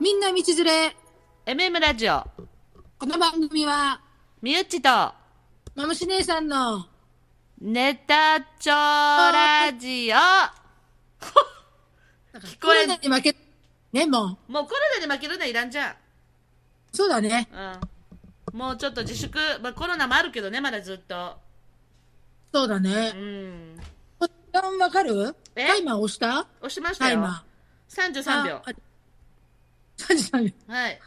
みんな道連れ。 MM ラジオこの番組は、みゆっちとまむし姉さんの、ネタ帳ラジ オコロナに負け、ね、ももうコロナで負けるのはいらんじゃう。そうだね。ん、うん、もうちょっと自粛、まあ、コロナもあるけどねまだずっとそうだうね。んおっさんわかるえタイマー押した押しましたタイよマー。 33秒あ。タチさん、はい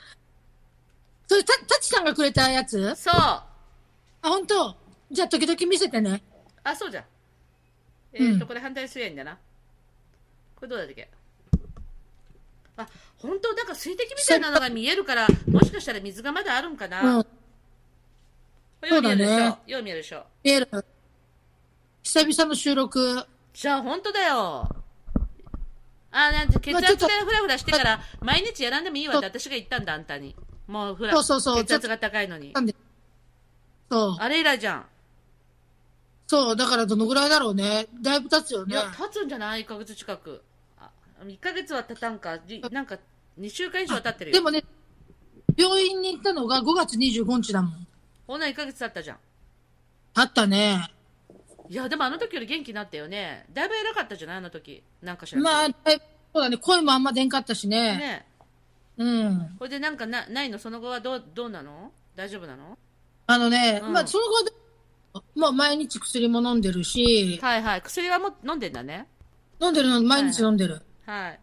それ、タタチさんがくれたやつそうああ、本当。じゃあ、時々見せてね。そうじゃんえー、っと、うんこれ反対すりゃいいんだなこれどうだったっけあ本当だから水滴みたいなのが見えるからもしかしたら水がまだあるんかな、うん。これよう見えるでそしうだょねよう見えるでしょ見える。久々の収録。じゃあ、本当だよ。あー、なんて、血まあちょ圧っとがふらふらしてから、毎日やらんでもいいわって私が言ったんだ、あんたに。もう、ふら、そうそうそう血圧が高いのに。なんでそう。あれ以来じゃん。そう。だから、どのぐらいだろうね。だいぶ経つよいねや。、経つんじゃない ?1 ヶ月近く。あ、1ヶ月は経たんか。じなんか、2週間以上は経ってるよ。でもね、病院に行ったのが5月25日だもん。ほな、1ヶ月経ったじゃん。あったね。いや、でもあの時より元気になったよね。だいぶ偉かったじゃないあの時。なんかしらんけど。まあ、だいぶそうだね。声もあんま出んかったしね。ねうん。これでなんかな、ないのその後はどう、どうなの大丈夫なのあのね、うんまあ、その後は、まあ、毎日薬も飲んでるし、はいはい。薬はもう飲んでんだね。飲んでるの、毎日飲んでる。はい。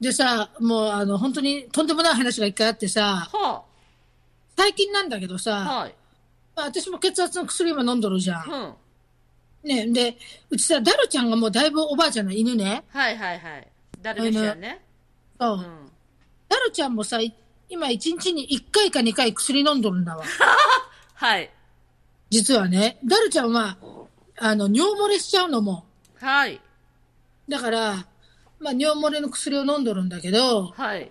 でさ、もう、あの、本当に、とんでもない話が一回あってさ、は最近なんだけどさ、あ。はい。まあ、私も血圧の薬今飲んどるじゃん。うん。ね、で、うちさ、ダルちゃんがもうだいぶおばあちゃんの犬ね。はいはいはい。ダルビッシュやね。そうう。ん。ダルちゃんもさ、い今一日に1回か2回薬飲んどるんだわ。はい。実はね、ダルちゃんは、あの、尿漏れしちゃうのも。はい。だから、まあ、尿漏れの薬を飲んどるんだけど、はい。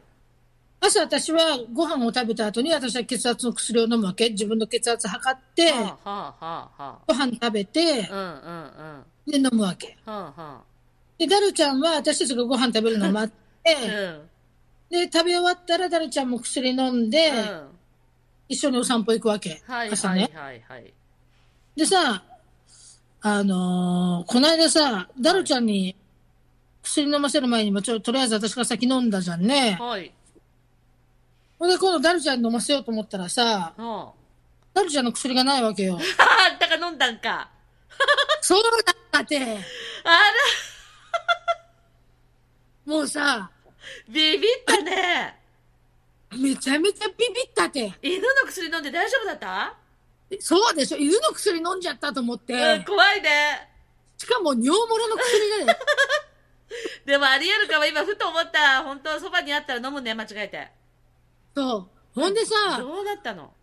朝私はご飯を食べた後に私は血圧の薬を飲むわけ。自分の血圧測って、はあはあはあはご飯食べて、あ。うんうんうん。はで、飲むわけ。あはで、ダルちゃんは私たちがご飯食べるのを待ってあ。う、ん。で、食べ終わったらダルちゃんも薬飲んで、うん。一緒にお散歩行くわけ。はい朝はねい。はいはい。でさ、あのーこの間さ、ダルちゃんに薬飲ませる前にも、ちょ、とりあえず私が先飲んだじゃんね。はい。ほんで、今度ダルちゃんに飲ませようと思ったらさ、はダルちゃんの薬がないわけ よ。あ。あんたが飲んだんか。そうだったって、あら、もうさ、ビビったね。めちゃめちゃビビったって。犬の薬飲んで大丈夫だったそうでしょ犬の薬飲んじゃったと思っうん、て。怖いね。しかも尿漏れの薬 だよ。でもありえるかも、今ふと思った。本当はそばにあったら飲むね、間違えて。そう。ほんでさ、どうなったの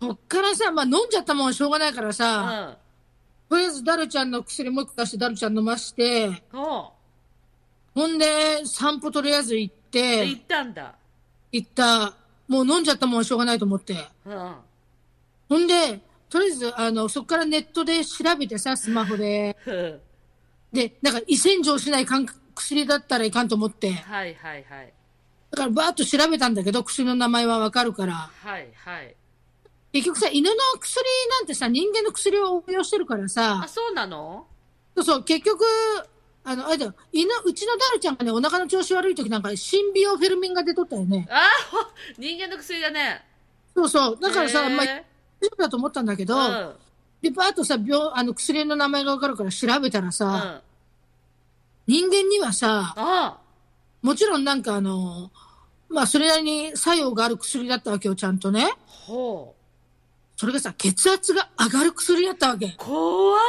そっからさ、まあ飲んじゃったもんはしょうがないからうん。さ、はとりあえずダルちゃんの薬もう一個出してダルちゃん飲まして、あ。ほんで、散歩とりあえず行って、行ったんだ。行った。もう飲んじゃったもんはしょうがないと思って。うん。ほんで、とりあえず、あの、そっからネットで調べてさ、スマホで。 うんで、なんか、胃洗浄しないかん薬だったらいかんと思って。はいはいはい。だから、バーッと調べたんだけど、薬の名前はわかるから。はいはい。結局さ、犬の薬なんてさ、人間の薬を応用してるからあ、さ、そうなのそうそう、結局、あの、あれだよ、犬、うちのダルちゃんがね、お腹の調子悪い時なんか、シンビオフェルミンが出とったよね。あほ人間の薬だね。そうそう。だからさ、へーまあ、大丈夫だと思ったんだけど、うん。で、バーッとさ、病、あの、薬の名前がわかるから調べたらうん。さ、あ人間にはさ、あ。もちろんなんかあの、まあ、それなりに作用がある薬だったわけよ、ちゃんとね。ほう。それがさ、血圧が上がる薬だったわけ。怖っ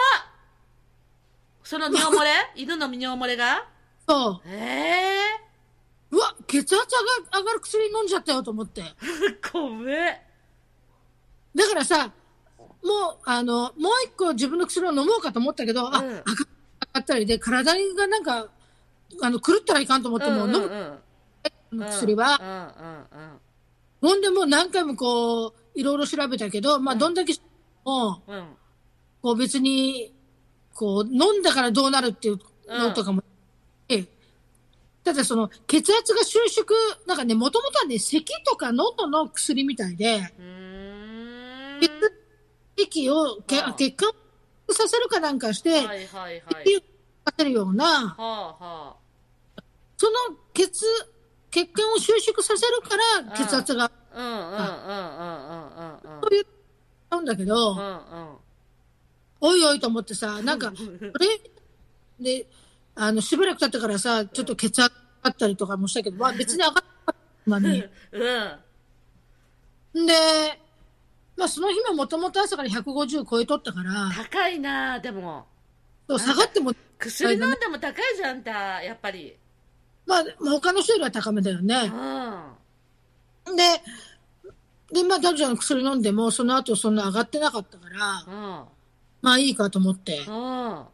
その尿 漏れ犬の尿漏れがそええう。うわ、血圧上が上がる薬飲んじゃったよと思って。ー。ごめん。だからさ、もう、あの、もう一個自分の薬を飲もうかと思ったけど、あ、うん上がったりで、体がなんか、あの、狂ったらいかんと思って、もう飲むむ薬は、うんうんほんでもう何回もこう、いろいろ調べたけど、まあ、どんだけ、もうん。うん。こう別に、こう、飲んだからどうなるっていうのとかも、ええただその血圧が収縮、なんかね、もともとはね、咳とか喉の薬みたいで、うーん。血圧液を、けああ血管をさせるかなんかして、はいはいはい。息をさせるような、はあはその血、血管を収縮させるから血圧があ。うんうんうんうんうんうんうん。合うんだけど、うんうん。おいおいと思ってさ、なんか、うんそれで、あの、しばらく経ってからさ、ちょっと血圧あったりとかもしたけど、まあ別に上がったのに。んで、まあその日ももともと朝から150超えとったから、高いなでもそう下がっても、薬飲んでも高いじゃんあんたやっぱりまあ、まあ他の人よりは高めだようねん。あで、で、まあ、ダルちゃんの薬飲んでも、その後そんな上がってなかったから、うんまあいいかと思って。うん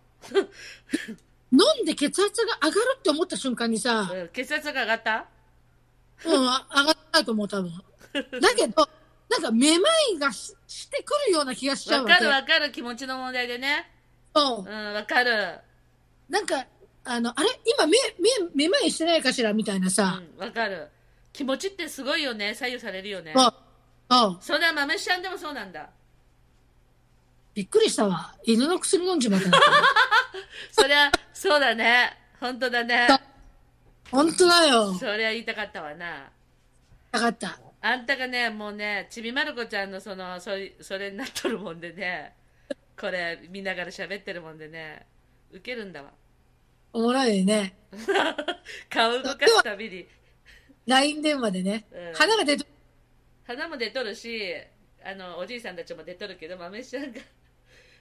飲んで血圧が上がるって思った瞬間にさ、血圧が上がったうん、あ上がってないと思う、多分。だけど、なんかめまいがししてくるような気がしちゃわうわかけ。るわかる気持ちの問題でねそううんわかるなんか、あの、あれ今目、目、めまいしてないかしらみたいなうさ。んわかる気持ちってすごいよね左右されるよねそう。そう。それは豆ちゃんでもそうなんだびっくりしたわ。犬の薬飲んじまった。 そりゃそうだね本当だね本当だよ。そりゃ言いたかったわななかった。あんたがね、もうね、ちびまる子ちゃんのその、それ、それになっとるもんでね、これ見ながら喋ってるもんでね、ウケるんだわ。 おもろいね。顔動かすたびに、 LINE 電話でねうん。鼻が出て、花も出とるし、あの、おじいさんたちも出とるけど、豆ちゃんが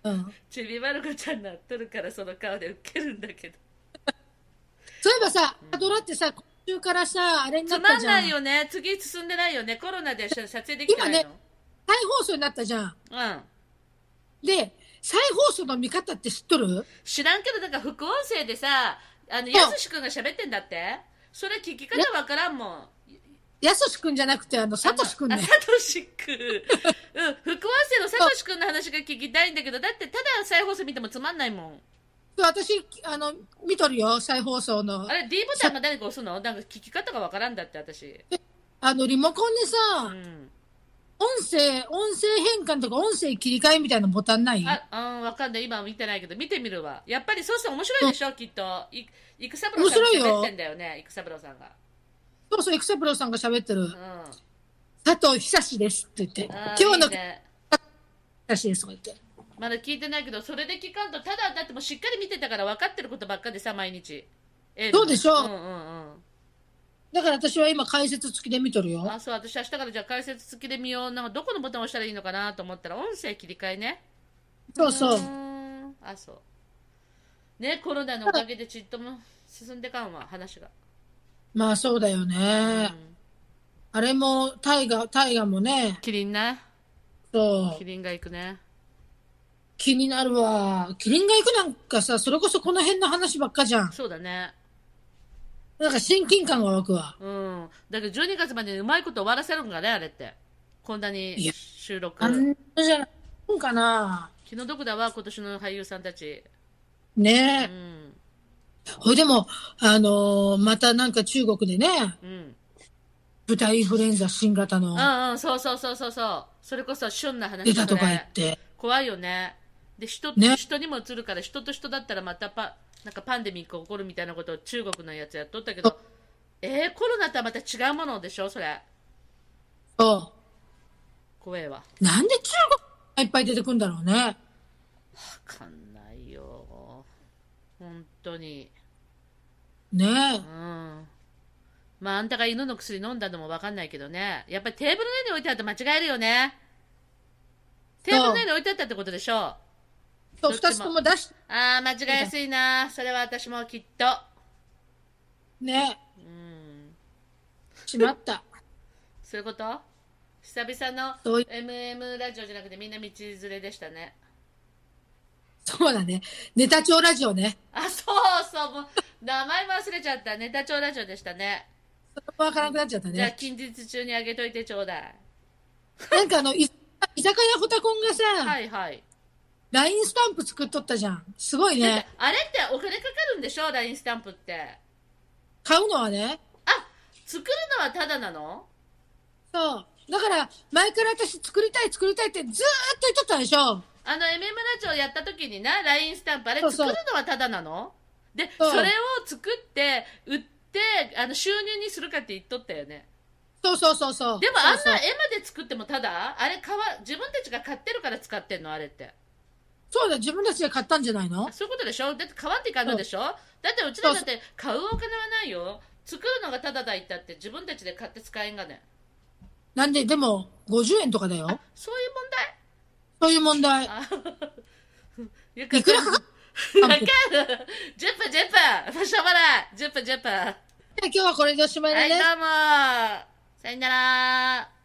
うん。ちびまる子ちゃんになっとるから、その顔でウケるんだけど。そういえばさ、パドラってさ、今週からさ、あれになつっまたんじゃ。なんい再よね、次進んでないよね、コロナで撮影できてないの。今ね放送になったじゃん。うん。で、再放送の見方って知っとる知らんけど、なんか副音声でさ、あの、んやすしくんが喋ってんだってそれ聞き方わからんもん。やすしくんじゃなくて、あの、さとしくんあねサ。トシくん。うん、副音声のサトシくんの話が聞きたいんだけど、だってただ再放送見てもつまんないもん。私、あの、見とるよ、再放送のあ。れ、D ボタンが誰か押すのなんか聞き方がわからんだって、私。あの、リモコンでうさ、ん。音声、音声変換とか音声切り替えみたいなボタンないあ、うん、わかんない。今は見てないけど、見てみるわ。やっぱりそうしたら面白いでしょ、きっと。い、育三郎さん面白いがよ喋ってんだよね、育三郎さんが。そうそう、エクサプロさんが喋ってるう、ん。佐藤久志ですって言ってあ、ー今日のいいね。久志ですとか言って。まだ聞いてないけど、それで聞かんと、ただ、だってもうしっかり見てたから分かってることばっかでさ、毎日。えそうでしょうんうんうん。だから私は今解説付きで見とるよ。あそう私明日からじゃあ解説付きで見ようなんかどこのボタン押したらいいのかなと思ったら音声切り替えねそうそうー。んあそうねコロナのおかげでちっとも進んでかんわ話が、まあそうだようね。ん、あれも、大河、大河もね、キリンねそキう、リンが行くね気になるわ。キリンが行くなんかさ、それこそこの辺の話ばっかじゃん。そうだねなんか親近感が湧くわ。うんだけど12月までにうまいこと終わらせるんかねあれってこんないにや収録あんなじゃないのかな。気の毒だわ今年の俳優さんたちうねえ。んほいでも、あのーまたなんか中国でね、うん豚インフルエンザ新型のうんうんそうそうそうそうそうそれこそ旬な話出たそとれか言って。怖いよねで人ね人にも移るから人と人だったらまたパなんかパンデミック起こるみたいなことを中国のやつやっとったけどえー、コロナとはまた違うものでしょそれそ怖えわう。なんで中国がいっぱい出てくんだろうね。分かんないよ本当にねうえ。んまああんたが犬の薬飲んだのも分かんないけどねやっぱりテーブルの上に置いてあると間違えるよねテーブルの上に置いてあったってことでしょあそう、ど二っちつもとも出し、あー間違えやすいなそれは私もきっとねうんえ、しまった。そういうこと久々そのうい MM ラジオじゃなくてみんな道連れでしたね。そうだね。ネタ帳ラジオね。あ、そうそう、もう、名前忘れちゃった。ネタ帳ラジオでしたね。それもわからなくなっちゃったじゃあ、ね。近日中にあげといてちょうだい。なんかあの、い居酒屋ホタコンがさ、はいはい。 LINE スタンプ作っとったじゃん。すごいだってね。あれってお金かかるんでしょ ?LINE スタンプって。買うのはね。作るのはただなのそう。だから、前から私作りたい作りたいってずーっと言っとったでしょ。あの、MM ラジオやった時にな、LINE スタンプ、あれそう作そうるのはただなので、そうそれを作って、売って、あの、収入にするかって言っとったよね。そうそうそうそう。でもあんそうなそう絵まで作ってもただあれ買わ、自分たちが買ってるから使ってんのあれって。そうだよ、自分たちで買ったんじゃないのそういうことでしょだって買わんっていかんのでしょだってうちらだって買うお金はないよ。作るのがただだいったって自分たちで買って使えんがね。なんで、でも、50円とかだよ。そういう問題そういう問題。あいいくらかかっわかるジェッパジェッパファッションバラジェッパジェッパて今日はこれでおしまいだはい、ねど。うもさよなら